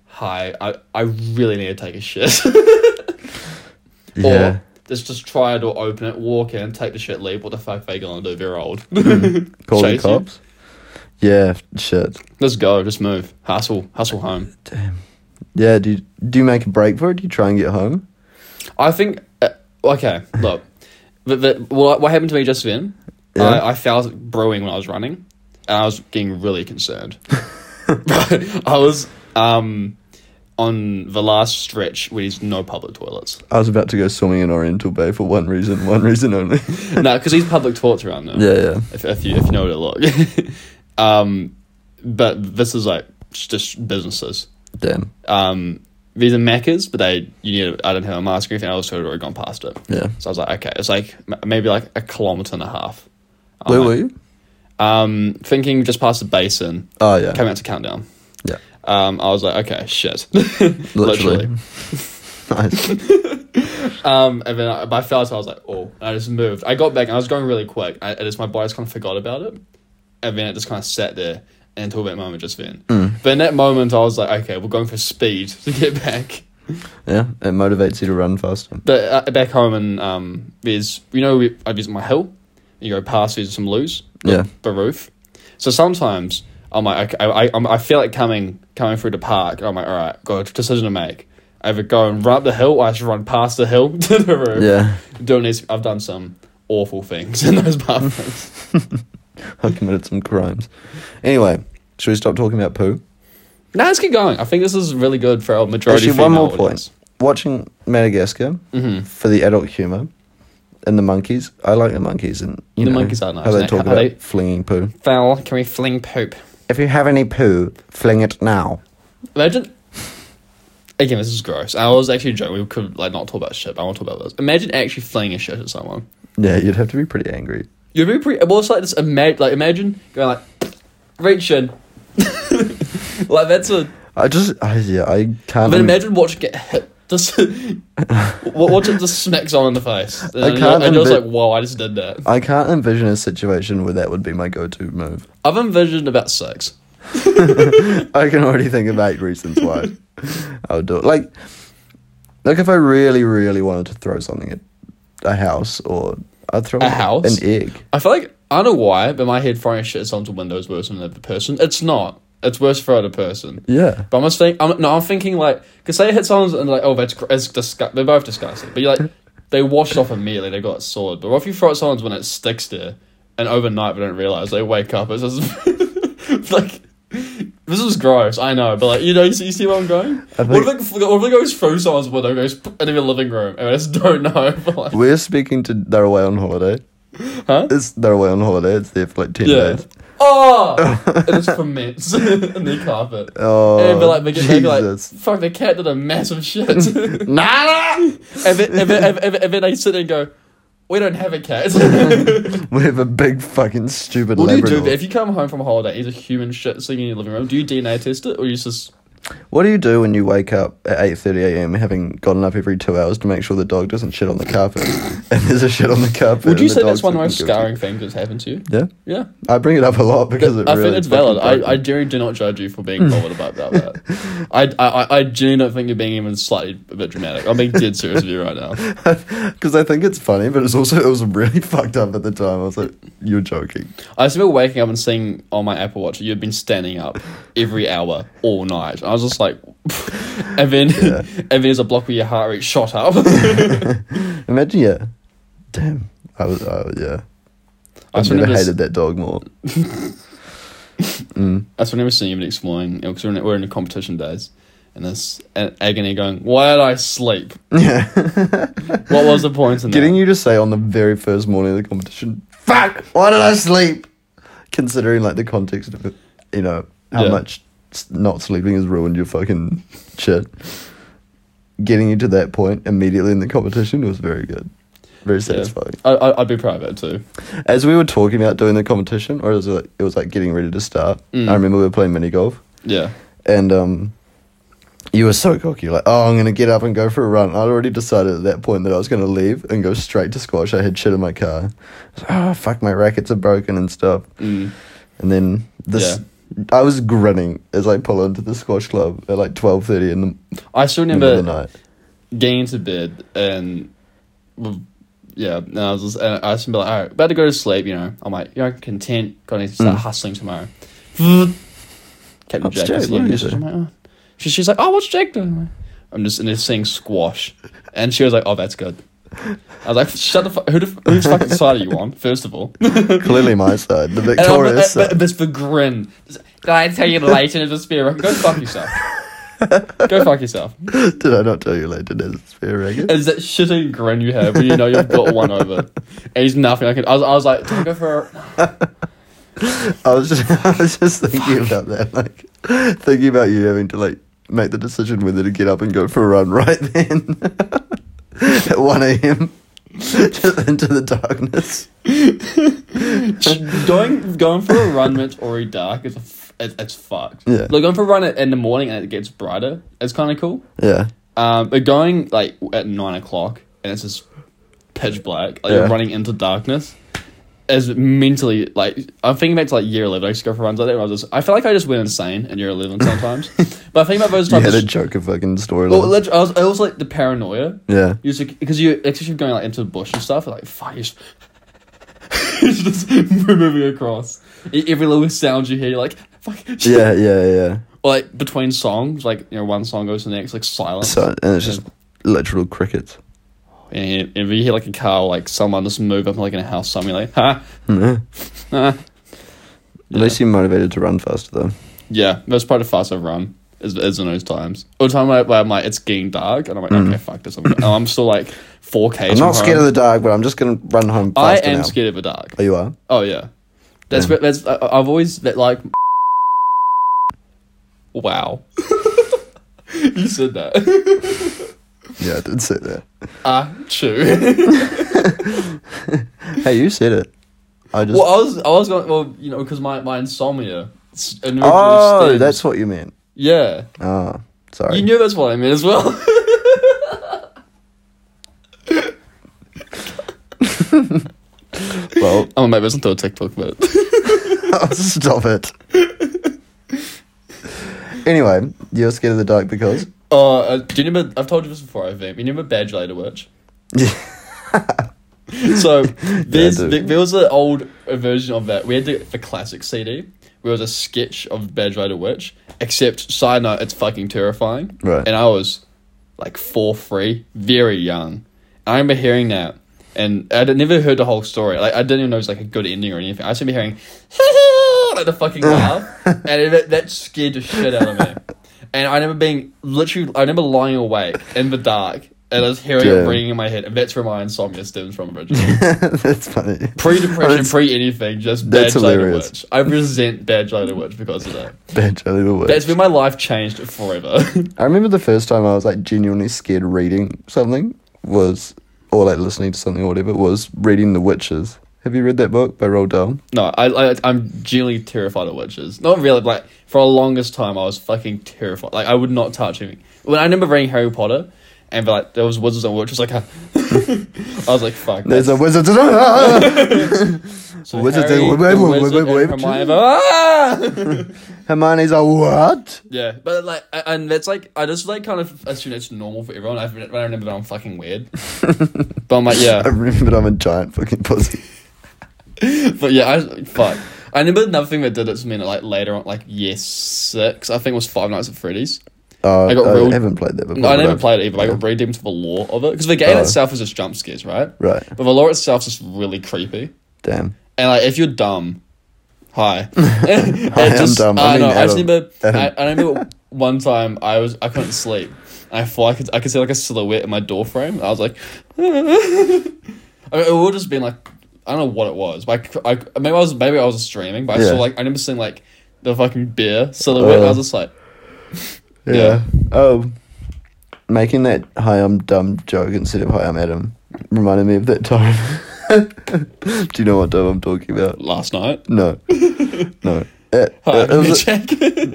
Speaker 3: hi, I I really need to take a shit.
Speaker 2: Yeah.
Speaker 3: Or just just try it or open it, walk in, take the shit, leave. What the fuck they gonna do? They're old.
Speaker 2: Mm. Call the
Speaker 3: Chase you.
Speaker 2: cops. Yeah, shit.
Speaker 3: Let's go. Just move. Hustle. Hustle home.
Speaker 2: Damn. Yeah, do you, do you make a break for it? Do you try and get home?
Speaker 3: I think. Uh, okay, look. The, the, what, what happened to me just then?
Speaker 2: Yeah.
Speaker 3: I, I felt brewing when I was running, and I was getting really concerned. I was um, on the last stretch where there's no public toilets.
Speaker 2: I was about to go swimming in Oriental Bay for one reason, one reason only.
Speaker 3: no, because these public toilets around there.
Speaker 2: yeah, yeah.
Speaker 3: If, if you if you know where to look. um, but this is like just businesses.
Speaker 2: Damn.
Speaker 3: um, these are Maccas, but they you need I didn't have a mask or anything. I was sort of already gone past it.
Speaker 2: Yeah.
Speaker 3: So I was like, okay, it's like m- maybe like a kilometer and a half. I'm
Speaker 2: Where
Speaker 3: like,
Speaker 2: were you?
Speaker 3: Um, thinking just past the basin,
Speaker 2: Oh, yeah.
Speaker 3: came out to countdown.
Speaker 2: Yeah.
Speaker 3: Um, I was like, okay, shit, literally.
Speaker 2: nice.
Speaker 3: Um, and then I, but I felt I was like, oh, and I just moved. I got back and I was going really quick. I, and it's my body just kind of forgot about it, and then it just kind of sat there until that moment just then. But in that moment, I was like, okay, we're going for speed to get back.
Speaker 2: Yeah, it motivates you to run faster.
Speaker 3: But uh, back home, and um, there's you know we, I visit my hill. You go past there's some loos, the,
Speaker 2: Yeah.
Speaker 3: the roof. So sometimes I'm like I, I, I'm, I feel like coming coming through the park. and I'm like all right, got a decision to make. Either go and run up the hill, or I should run past the hill to the roof.
Speaker 2: Yeah,
Speaker 3: Doing this, I've done some awful things in those bathrooms.
Speaker 2: I committed some crimes. Anyway, should we stop talking about poo?
Speaker 3: now let's keep going. I think this is really good for our majority.
Speaker 2: Actually, one
Speaker 3: female
Speaker 2: more point.
Speaker 3: audience.
Speaker 2: Watching Madagascar
Speaker 3: Mm-hmm.
Speaker 2: for the adult humor and the monkeys. I like the monkeys and you
Speaker 3: The
Speaker 2: know,
Speaker 3: monkeys are nice,
Speaker 2: How they
Speaker 3: eh?
Speaker 2: talk
Speaker 3: How
Speaker 2: about
Speaker 3: they-
Speaker 2: flinging poo.
Speaker 3: Foul. Can we fling poop?
Speaker 2: If you have any poo, fling it now.
Speaker 3: Imagine. Again, this is gross. I was actually joking. We could like not talk about shit. But I want to talk about this. Imagine actually flinging a shit at someone.
Speaker 2: Yeah, you'd have to be pretty angry.
Speaker 3: You'd be pretty. Well, it's like this. Ima- like imagine going like, reach in. like that's a.
Speaker 2: I just, I, yeah, I can't.
Speaker 3: But
Speaker 2: im-
Speaker 3: imagine watching it get hit. Just wa- watch it just smack someone in the face. And I
Speaker 2: can't
Speaker 3: can't. And you're just
Speaker 2: envi-
Speaker 3: like, whoa! I just did that.
Speaker 2: I can't envision a situation where that would be my go-to move.
Speaker 3: I've envisioned about six.
Speaker 2: I can already think of eight reasons why I would do it. Like, like if I really, really wanted to throw something at a house, or I'd throw
Speaker 3: A house?
Speaker 2: an egg.
Speaker 3: I feel like I don't know why, but in my head throwing shit at someone's window is worse than another person. It's not. It's worse for other person.
Speaker 2: Yeah,
Speaker 3: But I'm just think I'm no, I'm thinking like because they hit someone and like oh that's gr- it's disgust. They're both disgusting. But you like they washed off immediately. They got it solid. But what if you throw it at someone's when it sticks there, and overnight they don't realize they wake up. It's just like. This is gross, I know, but like you know, you see, you see where I'm going. what, if it, what if it goes through someone's window, goes p- into your living room, and I just don't know? But like,
Speaker 2: we're speaking to. They're away on holiday.
Speaker 3: Huh?
Speaker 2: It's they're away on holiday. It's there for like ten
Speaker 3: yeah.
Speaker 2: days.
Speaker 3: Oh, and it's ferments in the carpet.
Speaker 2: Oh,
Speaker 3: and be like, they get- they'd be like,
Speaker 2: Jesus!
Speaker 3: fuck, the cat did a massive shit.
Speaker 2: Nada!
Speaker 3: And then, and, then, and, then, and then they sit there and go, we don't have a cat. what
Speaker 2: We have a big fucking stupid
Speaker 3: do you
Speaker 2: Labrador.
Speaker 3: do if you come home from a holiday? Is a human shit sitting in your living room? Do you DNA test it, or you just
Speaker 2: What do you do when you wake up at eight thirty a.m. having gotten up every two hours to make sure the dog doesn't shit on the carpet? and there's a shit on the carpet.
Speaker 3: would
Speaker 2: and
Speaker 3: you
Speaker 2: the
Speaker 3: say that's
Speaker 2: dog's
Speaker 3: one of the
Speaker 2: looking
Speaker 3: most
Speaker 2: guilty?
Speaker 3: scarring things that's happened to you?
Speaker 2: Yeah,
Speaker 3: Yeah,
Speaker 2: I bring it up a lot because it
Speaker 3: I
Speaker 2: really
Speaker 3: think it's
Speaker 2: fucking
Speaker 3: valid. I, I
Speaker 2: broke me.
Speaker 3: generally do not judge you for being bothered about about that. I, I I- I genuinely don't think you're being even slightly a bit dramatic. I'm being dead serious with you right now.
Speaker 2: Because I think it's funny, but it's also it was really fucked up at the time. I was like, "You're joking."
Speaker 3: I just remember waking up and seeing on my Apple Watch you had been standing up every hour all night. I was just like, and then and then there's a block where your heart rate shot up.
Speaker 2: Imagine, yeah. Damn, I was, I, yeah. I
Speaker 3: I just
Speaker 2: should have
Speaker 3: remember,
Speaker 2: hated that dog more. mm.
Speaker 3: I just remember seeing you the next morning because we're, in- we're in a competition days. And this a- agony going, why did I sleep?
Speaker 2: Yeah.
Speaker 3: What was the point in that?
Speaker 2: Getting you to say on the very first morning of the competition, "Fuck, why did I sleep?" Considering like the context of it, you know how
Speaker 3: Yeah.
Speaker 2: much s- not sleeping has ruined your fucking shit. Getting you to that point immediately in the competition was very good, very
Speaker 3: Yeah.
Speaker 2: satisfying.
Speaker 3: I, I, I'd be proud of that too.
Speaker 2: As we were talking about doing the competition, or it was like, it was like getting ready to start.
Speaker 3: Mm.
Speaker 2: I remember we were playing mini golf,
Speaker 3: Yeah.
Speaker 2: and um, you were so cocky. You're like, oh, I'm gonna get up and go for a run. I'd already decided at that point that I was gonna leave and go straight to squash. I had shit in my car. I was like, oh fuck, my rackets are broken and stuff.
Speaker 3: Mm.
Speaker 2: And then this, I was grinning as I pull into the squash club at like twelve thirty in the
Speaker 3: I still
Speaker 2: middle of the
Speaker 3: remember
Speaker 2: night.
Speaker 3: getting to bed and well, yeah, and I was just, and I just remember like, all right, about to go to sleep, you know. I'm like, you know, content, gonna start hustling tomorrow. Captain
Speaker 2: What's
Speaker 3: Jack,
Speaker 2: Jack?
Speaker 3: is the
Speaker 2: What did he
Speaker 3: youngest.
Speaker 2: do?
Speaker 3: I'm like, oh. she, she's like, oh, what's Jack doing? I'm like, I'm just in there seeing squash, and she was like, oh, that's good. I was like, shut the fuck. Who the, f- whose fucking side are you on? First of all,
Speaker 2: Clearly my side, the
Speaker 3: and I'm,
Speaker 2: victorious
Speaker 3: but,
Speaker 2: side.
Speaker 3: but, but it's the grin. Did I tell you later in the spirit? Go fuck yourself. Go fuck yourself.
Speaker 2: Did I not tell you later? It's fair, racket.
Speaker 3: Is that shitty grin you have when you know you've got one over? And he's nothing like it. I was, I was like, "Don't go for a-"
Speaker 2: I was just I was just thinking about that, like thinking about you having to like make the decision whether to get up and go for a run right then at one a.m. just into the darkness.
Speaker 3: going going for a run when it's already dark is a f- it, it's fucked.
Speaker 2: Yeah.
Speaker 3: Like going for a run at- in the morning and it gets brighter. It's kind of cool.
Speaker 2: Yeah,
Speaker 3: Um, but going like at nine o'clock and it's just pitch black. Like
Speaker 2: Yeah.
Speaker 3: you're running into darkness. Is mentally like I'm thinking back to like year eleven. I used to go for runs like that. And I was just I feel like I just went insane in year eleven sometimes. but I think about those
Speaker 2: you had
Speaker 3: times.
Speaker 2: a joker fucking
Speaker 3: well,
Speaker 2: storyline.
Speaker 3: literally, I was, I was like the paranoia.
Speaker 2: yeah,
Speaker 3: You just because you especially going like into the bush and stuff, like fuck, you just, you're just moving across. E- Every little sound you hear, you're like fuck, shit.
Speaker 2: yeah, yeah, yeah.
Speaker 3: Or, like between songs, like you know, one song goes to the next, like silence.
Speaker 2: So and it's just literal crickets.
Speaker 3: and, you- and you hear like a car, or, like someone just move up, like in a house, something like ha,
Speaker 2: Mhm.
Speaker 3: ha.
Speaker 2: At least you're motivated to run faster though.
Speaker 3: Yeah, that's probably the fast I've run. Is, is in those times. Or the time where, where I'm like, it's getting dark, and I'm like, okay, fuck this. I'm, and I'm still like 4K.
Speaker 2: Hmm. I'm not scared of the dark, but I'm just gonna run home
Speaker 3: I
Speaker 2: faster
Speaker 3: am
Speaker 2: now.
Speaker 3: scared of the dark.
Speaker 2: Oh, you are.
Speaker 3: Oh yeah, that's
Speaker 2: Yeah.
Speaker 3: what that's. I, I've always that like. Wow, you said that.
Speaker 2: Yeah, I did say that.
Speaker 3: Ah, true.
Speaker 2: Hey, you said it. I just.
Speaker 3: well, I was I was going well, you know, because my my insomnia. s- originally
Speaker 2: oh,
Speaker 3: stems-
Speaker 2: that's what you meant.
Speaker 3: yeah.
Speaker 2: Oh, sorry.
Speaker 3: You knew that's what I meant as well.
Speaker 2: well,
Speaker 3: I'm gonna make this into a TikTok, but
Speaker 2: Oh, stop it. anyway, you're scared of the dark because.
Speaker 3: uh, uh, do you remember? I've told you this before. I think you remember Badge Later Witch. So there's
Speaker 2: I do.
Speaker 3: there, there was an old version of that. We had the, the classic CD where it was a sketch of Badge Rider Witch, except side note, it's fucking terrifying.
Speaker 2: Right.
Speaker 3: And I was like four, three, very young. I remember hearing that, and I'd never heard the whole story. Like I didn't even know it was like a good ending or anything. I just remember hearing like the fucking laugh, and it, that scared the shit out of me. And I remember being literally, I remember lying awake in the dark. And I was hearing it
Speaker 2: Yeah.
Speaker 3: ringing in my head, and that's where my insomnia stems from originally
Speaker 2: that's funny.
Speaker 3: pre depression,
Speaker 2: That's-
Speaker 3: pre anything, just
Speaker 2: That's
Speaker 3: badge later
Speaker 2: hilarious.
Speaker 3: witch. I resent badge later witch because of that.
Speaker 2: Bad jelly the worst.
Speaker 3: That's when my life changed forever.
Speaker 2: I remember the first time I was like genuinely scared reading something was or like listening to something or whatever was reading The Witches. Have you read that book by Roald Dahl?
Speaker 3: No, I, I I'm genuinely terrified of witches. Not really, but like for the longest time, I was fucking terrified. Like I would not touch anything. When I remember reading Harry Potter, and but like there was wizards and witches, like I, I was like, fuck.
Speaker 2: There's a
Speaker 3: that's-
Speaker 2: wizard.
Speaker 3: so
Speaker 2: wizard
Speaker 3: Harry,
Speaker 2: and-
Speaker 3: the
Speaker 2: wait, wait,
Speaker 3: wizard
Speaker 2: wait, wait,
Speaker 3: and
Speaker 2: wait.
Speaker 3: Hermione, ah!
Speaker 2: Hermione's a what?
Speaker 3: yeah, but like, I- and that's like, I just like kind of assume it's normal for everyone. I I remember that I'm fucking weird, but I'm like, yeah,
Speaker 2: I remembered I'm a giant fucking pussy.
Speaker 3: But yeah, I fuck. I remember another thing that did it to me like later on, like year six, I think it was Five Nights at Freddy's.
Speaker 2: Uh,
Speaker 3: I
Speaker 2: I,
Speaker 3: got real-
Speaker 2: haven't played that before.
Speaker 3: No, I
Speaker 2: but
Speaker 3: never
Speaker 2: I've-
Speaker 3: played it either. but I got
Speaker 2: yeah.
Speaker 3: really deep into the lore of it because the game
Speaker 2: Oh.
Speaker 3: itself is just jump scares, right?
Speaker 2: Right.
Speaker 3: But the lore itself is just really creepy.
Speaker 2: Damn.
Speaker 3: And like, if you're dumb, hi. I
Speaker 2: am dumb. I
Speaker 3: I
Speaker 2: mean,
Speaker 3: know. I just
Speaker 2: Adam.
Speaker 3: remember. I,
Speaker 2: Adam.
Speaker 3: I remember one time I was I couldn't sleep. I thought I could I could see like a silhouette in my door frame. I was like, I mean, it would just been like I don't know what it was. Like I, maybe I was maybe I was streaming, but I
Speaker 2: Yeah.
Speaker 3: saw like I remember seeing like the fucking bear silhouette. and I was
Speaker 2: Oh.
Speaker 3: just like,
Speaker 2: Yeah.
Speaker 3: Yeah.
Speaker 2: Oh, making that "Hi, I'm dumb" joke instead of "Hi, I'm Adam" reminded me of that time. Do you know what time I'm talking about?
Speaker 3: last night.
Speaker 2: No, no. It,
Speaker 3: Hi,
Speaker 2: Uh, it was a,
Speaker 3: check.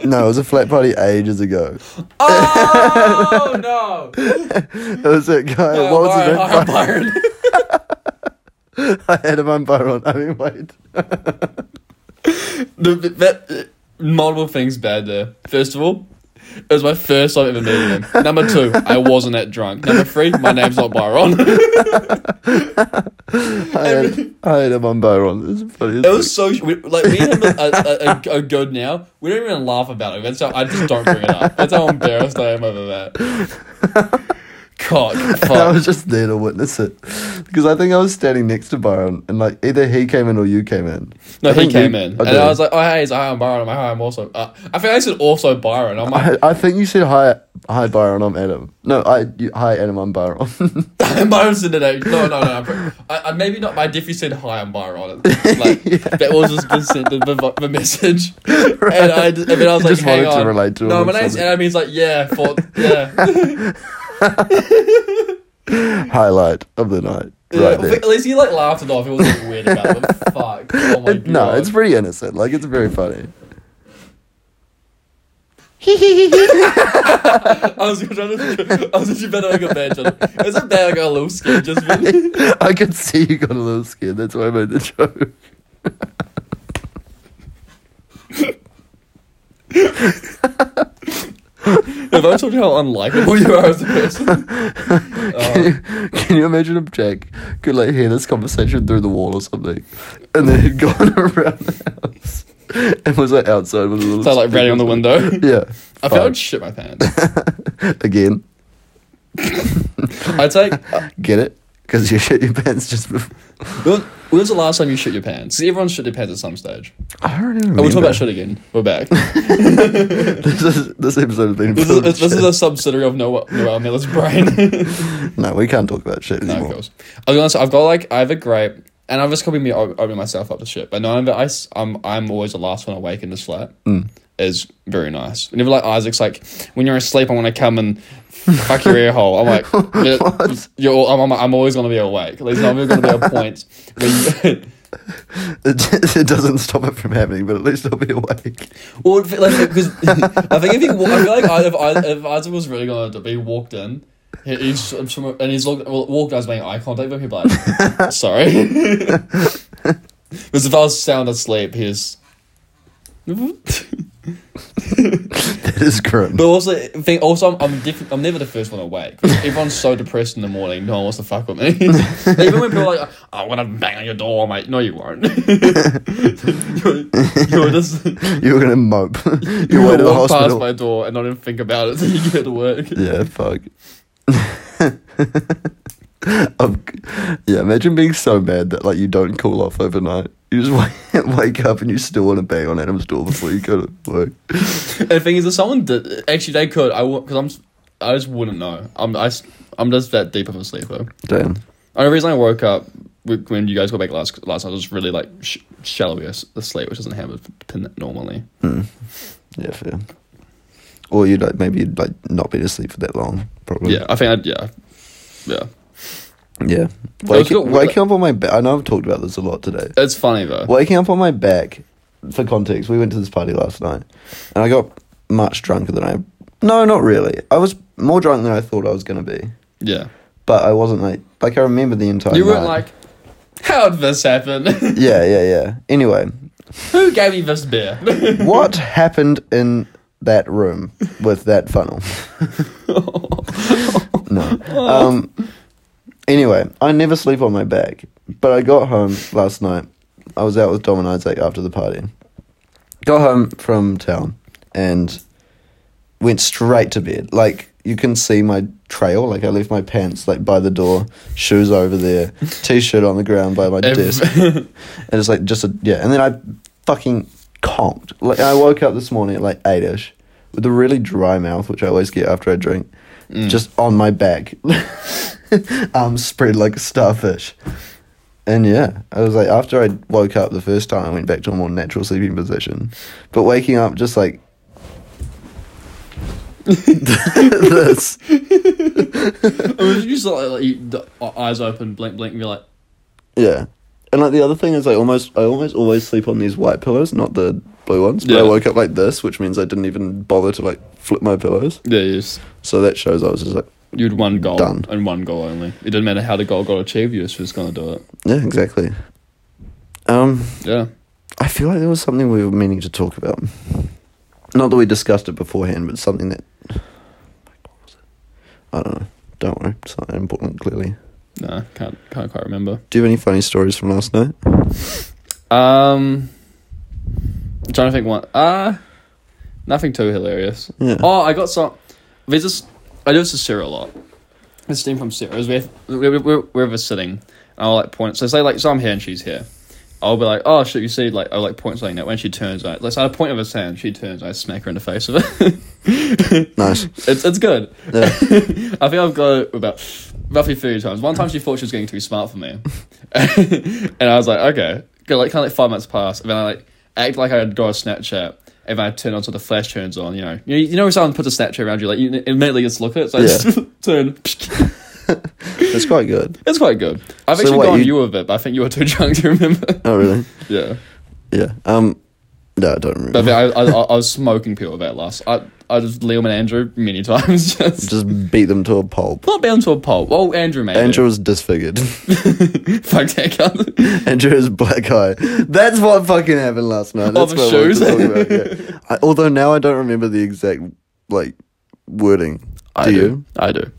Speaker 2: no, it was a flat party ages ago.
Speaker 3: oh no!
Speaker 2: It was that guy.
Speaker 3: Hi,
Speaker 2: what was
Speaker 3: Byron,
Speaker 2: his name?
Speaker 3: hi, Byron.
Speaker 2: I had him on Byron. I mean, wait.
Speaker 3: The, that, uh, multiple things bad there. First of all, it was my first time ever meeting him. Number two, I wasn't that drunk. Number three, my name's not Byron. it
Speaker 2: I had, I had him on Byron. It's funny. It
Speaker 3: was so we, like me and him are, are, are, are good now. We don't even laugh about it. That's how I just don't bring it up. That's how embarrassed I am over that. Cock,
Speaker 2: I
Speaker 3: fuck.
Speaker 2: was just there to witness it because I think I was standing next to Byron, and like either he came in or you came in.
Speaker 3: No,
Speaker 2: I
Speaker 3: he
Speaker 2: think you-
Speaker 3: came in, and
Speaker 2: did.
Speaker 3: I was like, "Oh, hey, it's hi, I'm Byron. I'm like, hi, I'm also." Uh, I think I said also Byron. I'm like,
Speaker 2: I, I think you said hi, hi Byron. I'm Adam. No, I you, hi Adam. I'm Byron.
Speaker 3: Byron said today. No, no, no. I'm pretty- I, I, maybe not. I definitely said hi. I'm Byron. Like that was just the, sen- the, the, the message, and I just, and then I was
Speaker 2: You
Speaker 3: like,
Speaker 2: just
Speaker 3: hang
Speaker 2: wanted
Speaker 3: on.
Speaker 2: to relate to him
Speaker 3: no,
Speaker 2: or
Speaker 3: my name's
Speaker 2: something.
Speaker 3: and I mean, like, yeah, for yeah.
Speaker 2: Highlight of the night,
Speaker 3: Yeah,
Speaker 2: right
Speaker 3: but
Speaker 2: there.
Speaker 3: At least he like laughed it off. It wasn't weird about it. But fuck. Oh my god.
Speaker 2: No, it's pretty innocent. Like it's very funny.
Speaker 3: I was trying to. I was actually better like a bad joke. It's a bad like a little skit. Just
Speaker 2: I could see you got a little scared. That's why I made the joke.
Speaker 3: if I told you how unlikable you are as a person. Oh.
Speaker 2: Can, you, can you imagine if Jack could like hear this conversation through the wall or something, and then he'd gone around the house and was like outside with a little.
Speaker 3: So like raining on the window.
Speaker 2: Yeah.
Speaker 3: I feel I'd shit my pants.
Speaker 2: again.
Speaker 3: I'd take.
Speaker 2: Get it? Because you shit your pants just before.
Speaker 3: When, when was the last time you shit your pants? 'Cause everyone shit their pants at some stage.
Speaker 2: I don't even
Speaker 3: Oh, we'll talk
Speaker 2: remember.
Speaker 3: about shit again. We're back. this,
Speaker 2: this, is, this episode has been
Speaker 3: is,
Speaker 2: filled with
Speaker 3: this is
Speaker 2: shit.
Speaker 3: a subsidiary of Noel, Noel Miller's brain.
Speaker 2: No, we can't talk about shit
Speaker 3: no,
Speaker 2: anymore.
Speaker 3: of course. I was gonna say, I've got like, I have a grape, and I'm just copying me o- opening myself up to shit. But knowing that I, am I'm always the last one awake in this flat
Speaker 2: Hmm.
Speaker 3: is very nice. Whenever like Isaac's like, when you're asleep, I want to come and fuck your ear hole. I'm like, "Yeah,
Speaker 2: What?
Speaker 3: you're, all- I'm, I'm, I'm always gonna be awake. There's never gonna be a point. where you-
Speaker 2: It, it doesn't stop it from happening, but at least I'll be awake.
Speaker 3: Well, if, like because I think if he, wa- I feel like I- if, I, if Isaac was really gonna do- be walked in, he, he's and he's looked well, walked as making eye contact with him, he'd be like, sorry. Because if I was sound asleep, he's. but
Speaker 2: That is grim.
Speaker 3: also, think also I'm I'm, diff- I'm never the first one awake. Everyone's so depressed in the morning. No one wants to fuck with me. Even when people are like, I want to bang on your door, mate. No, you won't. you're, you're just.
Speaker 2: You're going to mope.
Speaker 3: You
Speaker 2: You're
Speaker 3: will
Speaker 2: way to the
Speaker 3: walk past
Speaker 2: hospital.
Speaker 3: my door and not even think about it till you get to work.
Speaker 2: Yeah, fuck. Um, yeah, imagine being so mad that like you don't cool off overnight. You just wake, wake up and you still want to bang on Adam's door before you go to work.
Speaker 3: And the thing is, if someone did, actually they could, I because I'm, s- I just wouldn't know. I'm I, am just that deep of a sleeper.
Speaker 2: Damn.
Speaker 3: Only reason I woke up w- when you guys got back last last night was really like sh- shallowy as- the sleep, which doesn't happen pin- normally.
Speaker 2: Hmm. Yeah, fair. Or you'd like maybe you'd like not been asleep for that long, probably.
Speaker 3: Yeah, I think I'd yeah, yeah.
Speaker 2: Yeah.
Speaker 3: Those
Speaker 2: Waking,
Speaker 3: got-
Speaker 2: waking up on my back. I know I've talked about this a lot today.
Speaker 3: It's funny though.
Speaker 2: Waking up on my back, for context, we went to this party last night and I got much drunker than I. No, not really. I was more drunk than I thought I was going to be.
Speaker 3: Yeah. But
Speaker 2: But I wasn't like. Like, I remember the entire
Speaker 3: you weren't
Speaker 2: night.
Speaker 3: like, how'd this happen?
Speaker 2: Yeah, yeah, yeah. Anyway,
Speaker 3: Who gave me this beer?
Speaker 2: what happened in that room with that funnel? no. Um, anyway, I never sleep on my back, but I got home last night. I was out with Dom and Isaac after the party. Got home from town and went straight to bed. Like you can see my trail. Like I left my pants like by the door, shoes over there, t-shirt on the ground by my
Speaker 3: Ev-
Speaker 2: desk, and it's like just a yeah. And then I fucking conked. Like I woke up this morning at like eight ish with a really dry mouth, which I always get after I drink, just on my back, arms spread like a starfish. And yeah, I was like, after I woke up the first time, I went back to a more natural sleeping position. But waking up just like this.
Speaker 3: Or did you just like, like you, the eyes open, blink, blink, and you're like,
Speaker 2: Yeah. And like the other thing is, I almost, I almost always sleep on these white pillows, not the blue ones. But I
Speaker 3: Yeah.
Speaker 2: woke up like this, which means I didn't even bother to like flip my pillows.
Speaker 3: yeah, yes.
Speaker 2: So that shows I was just like,
Speaker 3: You had one goal
Speaker 2: Done.
Speaker 3: and one goal only. It didn't matter how the goal got achieved, you were just going to do it.
Speaker 2: yeah, exactly. Um,
Speaker 3: Yeah.
Speaker 2: I feel like there was something we were meaning to talk about. Not that we discussed it beforehand, but something that. I don't know. Don't worry, it's not important. Clearly,
Speaker 3: No, can't, can't quite remember.
Speaker 2: do you have any funny stories from last night?
Speaker 3: Um, I'm trying to think one. Uh, nothing too hilarious.
Speaker 2: Yeah.
Speaker 3: Oh, I got some. There's this. I do this to Sarah a lot. This thing from Sarah is we're we're we're, we're just sitting. And I'll like point. So say like so I'm here and she's here. I'll be like, oh shit, you see, like I'll like point something that when she turns, like let's I point of his hand, she turns, I smack her in the face with it.
Speaker 2: Nice.
Speaker 3: it's it's good.
Speaker 2: Yeah.
Speaker 3: I think I've got it about roughly thirty times. One time she thought she was getting too smart for me, and I was like, okay. Go like kind of like five minutes pass, and then I like act like I had got a Snapchat, and then I turn on so the flash turns on. You know, you, you know when someone puts a Snapchat around you, like you immediately just look at it. So I
Speaker 2: Yeah.
Speaker 3: just turn.
Speaker 2: That's quite good.
Speaker 3: It's quite good. I've
Speaker 2: So
Speaker 3: actually
Speaker 2: what,
Speaker 3: gone
Speaker 2: you-
Speaker 3: you with it, but I think you were too drunk to remember.
Speaker 2: Oh really?
Speaker 3: yeah,
Speaker 2: Yeah. Um. No, I don't
Speaker 3: but
Speaker 2: remember.
Speaker 3: I, I, I, I was smoking people with that last. I I just Liam and Andrew many times just.
Speaker 2: Just beat them to a pulp.
Speaker 3: not bound to a pole. Well, Andrew, mate.
Speaker 2: Andrew was disfigured.
Speaker 3: Fuck that guy.
Speaker 2: Andrew has black eye. That's what fucking happened last night.
Speaker 3: Oh,
Speaker 2: That's
Speaker 3: the
Speaker 2: what I wanted
Speaker 3: shoes?
Speaker 2: to talk about, yeah. I, although now I don't remember the exact like wording.
Speaker 3: I
Speaker 2: do you?
Speaker 3: I do.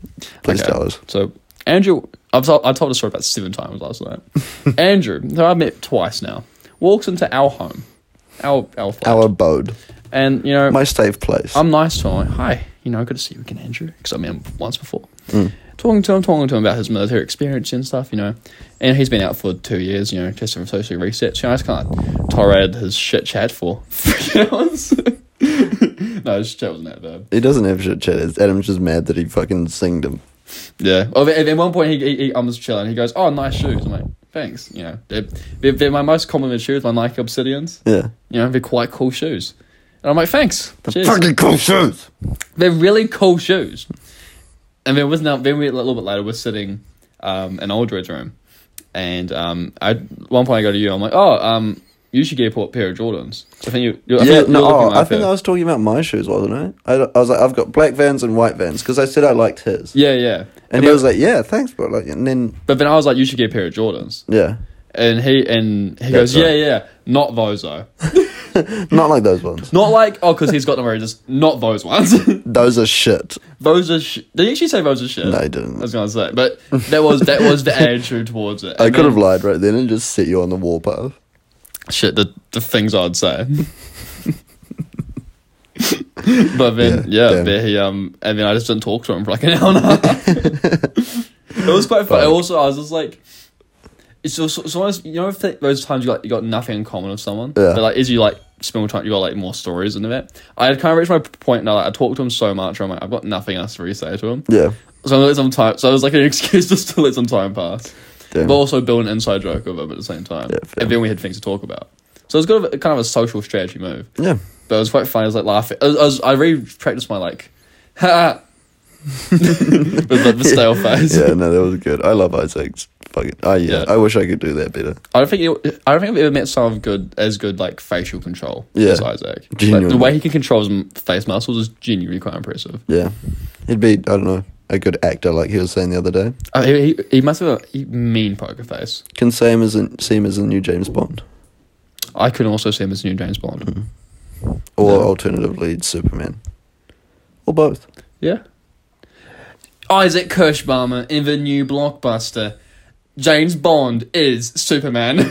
Speaker 2: Please tell us.
Speaker 3: So Andrew, I've told, I told a story about seven times last night. Andrew, who I've met twice now, walks into our home, our our, flat,
Speaker 2: Our abode.
Speaker 3: and you know
Speaker 2: My safe place.
Speaker 3: I'm nice to him. I'm like, hi, you know, good to see you again, Andrew, because I met him once before.
Speaker 2: Mm.
Speaker 3: Talking to him, talking to him about his military experience and stuff, you know, and he's been out for two years, you know, testing for social research. You know, I just kind of tolerated his shit chat for three hours. no, his chat wasn't that bad.
Speaker 2: he doesn't have shit chat. It's Adam's just mad that he fucking singed him.
Speaker 3: Yeah. Oh, at at one point, he, he, he, I'm just chilling. He goes, "Oh, nice shoes." I'm like, "Thanks." You know, they're, they're, they're my most common shoes, my Nike Obsidians.
Speaker 2: Yeah.
Speaker 3: You know, they're quite cool shoes. And I'm like, "Thanks." Cheers.
Speaker 2: Fucking cool shoes.
Speaker 3: They're really cool shoes. And then was now then we a little bit later we're sitting um, in Aldred's room, and um, I at one point I go to you. I'm like, "Oh, um, you should get a pa- pair of Jordans." So I think you. You're, I
Speaker 2: Yeah,
Speaker 3: think
Speaker 2: no,
Speaker 3: you're looking
Speaker 2: oh,
Speaker 3: at my
Speaker 2: I think
Speaker 3: pair.
Speaker 2: I was talking about my shoes, wasn't I? I, I was like, I've got black vans and white vans because I said I liked his.
Speaker 3: Yeah, yeah.
Speaker 2: And he was like, yeah, thanks, bro. Like, and then,
Speaker 3: But then I was like, "You should get a pair of Jordans."
Speaker 2: yeah.
Speaker 3: And he and he
Speaker 2: That's
Speaker 3: goes, "Yeah,
Speaker 2: right.
Speaker 3: yeah, not those though."
Speaker 2: Not like those ones.
Speaker 3: Not like oh, because he's got them where just not those ones.
Speaker 2: Those are shit.
Speaker 3: those are. Sh- did you actually say those are shit?
Speaker 2: No, I
Speaker 3: I
Speaker 2: didn't.
Speaker 3: was gonna say, but that was that was the attitude towards it.
Speaker 2: I
Speaker 3: And
Speaker 2: could have
Speaker 3: then-
Speaker 2: lied right then and just set you on the warpath.
Speaker 3: shit the the things I'd say. but then
Speaker 2: Yeah,
Speaker 3: yeah,
Speaker 2: damn.
Speaker 3: there he um, and then I just didn't talk to him for like an hour and a half. it was quite fun. Also, I was just like. It's just it's almost you know if that, those times you got you got nothing in common with someone,
Speaker 2: Yeah.
Speaker 3: but like as you like spend more time, you got like more stories into that. I had kind of reached my point now. Like, I talked to him so much, I'm like I've got nothing else to really say to him.
Speaker 2: Yeah.
Speaker 3: So I let some time. So it was like an excuse just to let some time pass,
Speaker 2: Damn.
Speaker 3: but also build an inside joke of him at the same time.
Speaker 2: Yeah, fair.
Speaker 3: and then we had things to talk about. So it was good of a, kind of a social strategy move,
Speaker 2: Yeah.
Speaker 3: but it was quite funny. I was like laughing. I, was, I, was, I really practiced my like, ha, with like, the stale face.
Speaker 2: yeah, no, that was good. I love Isaac's fucking. Oh yeah,
Speaker 3: Yeah.
Speaker 2: I wish I could do that better.
Speaker 3: I don't think it, I don't think I've ever met someone with good as good like facial control
Speaker 2: Yeah.
Speaker 3: as Isaac. Like,
Speaker 2: Genuinely.
Speaker 3: the way he can control his m- face muscles is genuinely quite impressive.
Speaker 2: Yeah, he'd be. I don't know. A good actor, like he was saying the other day,
Speaker 3: Uh, he, he- he must have a mean poker face.
Speaker 2: can same as a, seem as a new James Bond,
Speaker 3: I can also see him as new James Bond.
Speaker 2: or
Speaker 3: No.
Speaker 2: alternatively Superman, or both.
Speaker 3: Yeah. Isaac Kirschbaumer in the new blockbuster. James Bond is Superman.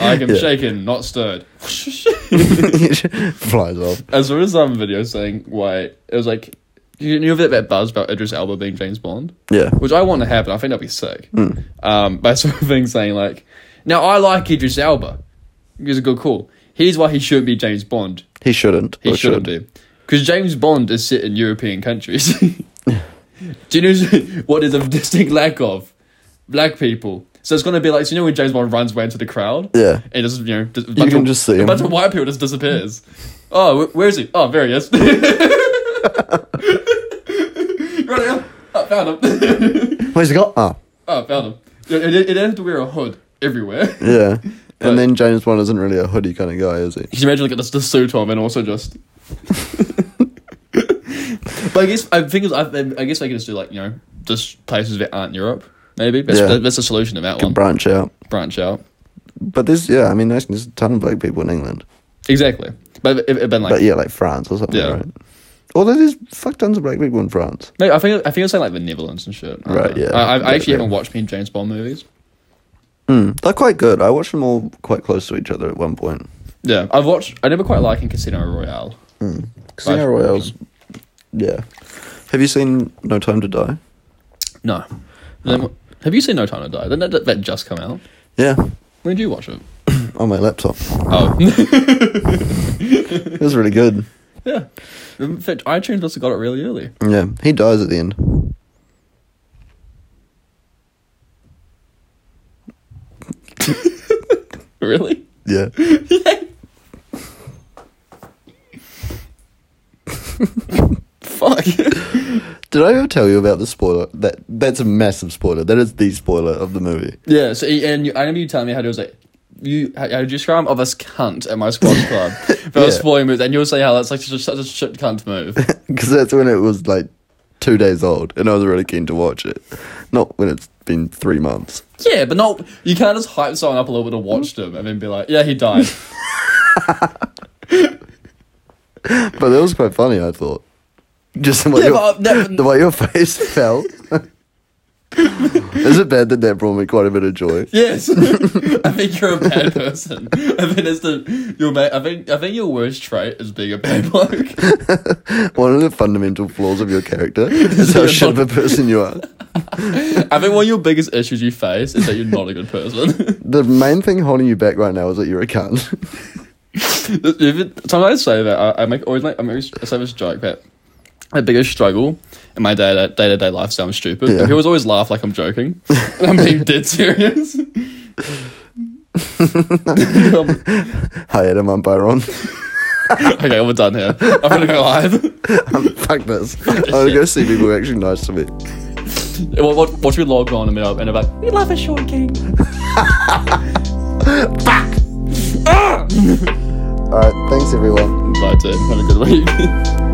Speaker 3: I am
Speaker 2: Yeah.
Speaker 3: shaken, not stirred.
Speaker 2: Flies off.
Speaker 3: I saw some video saying why it was like you knew that that buzz about Idris Elba being James Bond,
Speaker 2: Yeah,
Speaker 3: which I want to happen. I think that'd be sick. Um, but I saw a thing saying like, now I like Idris Elba. He's a good call. Here's why he shouldn't be James Bond.
Speaker 2: he shouldn't.
Speaker 3: He
Speaker 2: or
Speaker 3: shouldn't do. Because James Bond is set in European countries. do you know what is a distinct lack of? Black people. So it's going to be like, so you know when James Bond runs away into the crowd?
Speaker 2: Yeah.
Speaker 3: And just, you know, just a bunch,
Speaker 2: can
Speaker 3: of,
Speaker 2: just see
Speaker 3: a
Speaker 2: him.
Speaker 3: bunch of white people just disappears. oh, wh- where is he? Oh, there he is. Running up. Oh, found him.
Speaker 2: Where's he got? Ah,
Speaker 3: oh, found him. It, it, it have to wear a hood everywhere.
Speaker 2: yeah.
Speaker 3: Right.
Speaker 2: And then James Bond isn't really a hoodie kind of guy, is he?
Speaker 3: Can you imagine like just the suit on and also just? but I guess I think it's- I, I guess they can just do like you know just places that aren't Europe. Maybe that's
Speaker 2: Yeah.
Speaker 3: that's the solution to that
Speaker 2: Can
Speaker 3: one.
Speaker 2: branch out.
Speaker 3: Branch out
Speaker 2: But there's yeah, I mean there's, there's a ton of black people in England.
Speaker 3: exactly. But it, it been like
Speaker 2: But yeah, like France or something,
Speaker 3: Yeah.
Speaker 2: right? Although there's fuck tons of black people in France.
Speaker 3: no, I think I think it's like the Netherlands and shit. I don't
Speaker 2: Right,
Speaker 3: know.
Speaker 2: yeah.
Speaker 3: I, I, I
Speaker 2: Yeah,
Speaker 3: actually
Speaker 2: yeah.
Speaker 3: haven't watched many James Bond movies.
Speaker 2: Mm, they're quite good. I watched them all quite close to each other at one point.
Speaker 3: Yeah, I've watched. I never quite liking Casino Royale.
Speaker 2: Casino
Speaker 3: Right.
Speaker 2: Royale's, yeah. Have you seen No Time to Die?
Speaker 3: No.
Speaker 2: Uh-huh.
Speaker 3: Then- have you seen No Time to Die? Didn't that, that just come out?
Speaker 2: Yeah,
Speaker 3: When did you watch it?
Speaker 2: on my laptop.
Speaker 3: Oh,
Speaker 2: It was really good.
Speaker 3: yeah. In fact, iTunes must have got it really early.
Speaker 2: Yeah, he dies at the end.
Speaker 3: Really?
Speaker 2: Yeah.
Speaker 3: Fuck.
Speaker 2: Did I ever tell you about the spoiler? That that's a massive spoiler. That is the spoiler of the movie.
Speaker 3: yeah. So he- and you, I remember you telling me how it was like. You how, how did you describe him? Oh, this cunt at my squad club for
Speaker 2: Yeah.
Speaker 3: a spoiling move, and you'll say how that's like such a, such a shit cunt move.
Speaker 2: Because that's when it was like two days old, and I was really keen to watch it. Not when it's been three months.
Speaker 3: yeah, but not you can't just hype someone up a little bit to watch them and then be like, yeah, he died.
Speaker 2: But that was quite funny, I thought. Just the way,
Speaker 3: yeah,
Speaker 2: your,
Speaker 3: but that,
Speaker 2: the way your face fell. Is it bad that that brought me quite a bit of joy?
Speaker 3: yes, I think you're a bad person. I think that's the your ma- I think I think your worst trait is being a bad bloke.
Speaker 2: One of the fundamental flaws of your character is how
Speaker 3: You're
Speaker 2: shit of a
Speaker 3: not-
Speaker 2: person you are.
Speaker 3: I think one of your biggest issues you face is that you're not a good person.
Speaker 2: The main thing holding you back right now is that you're a cunt.
Speaker 3: If it- Sometimes I say that I, I make always make I always say this joke that my biggest struggle in my day day to day life sounds stupid.
Speaker 2: Yeah.
Speaker 3: But people always laugh like I'm joking, and I'm being dead serious. Um,
Speaker 2: Hi, Adam, I'm Byron.
Speaker 3: okay, we're done here. I'm gonna go live.
Speaker 2: Um, Fuck this. I'll go see people who are actually nice to me.
Speaker 3: Wa- wa- Watch me log on and up and I'm like, we love a short king.
Speaker 2: Alright, thanks everyone.
Speaker 3: Bye, Tim. Have a good week.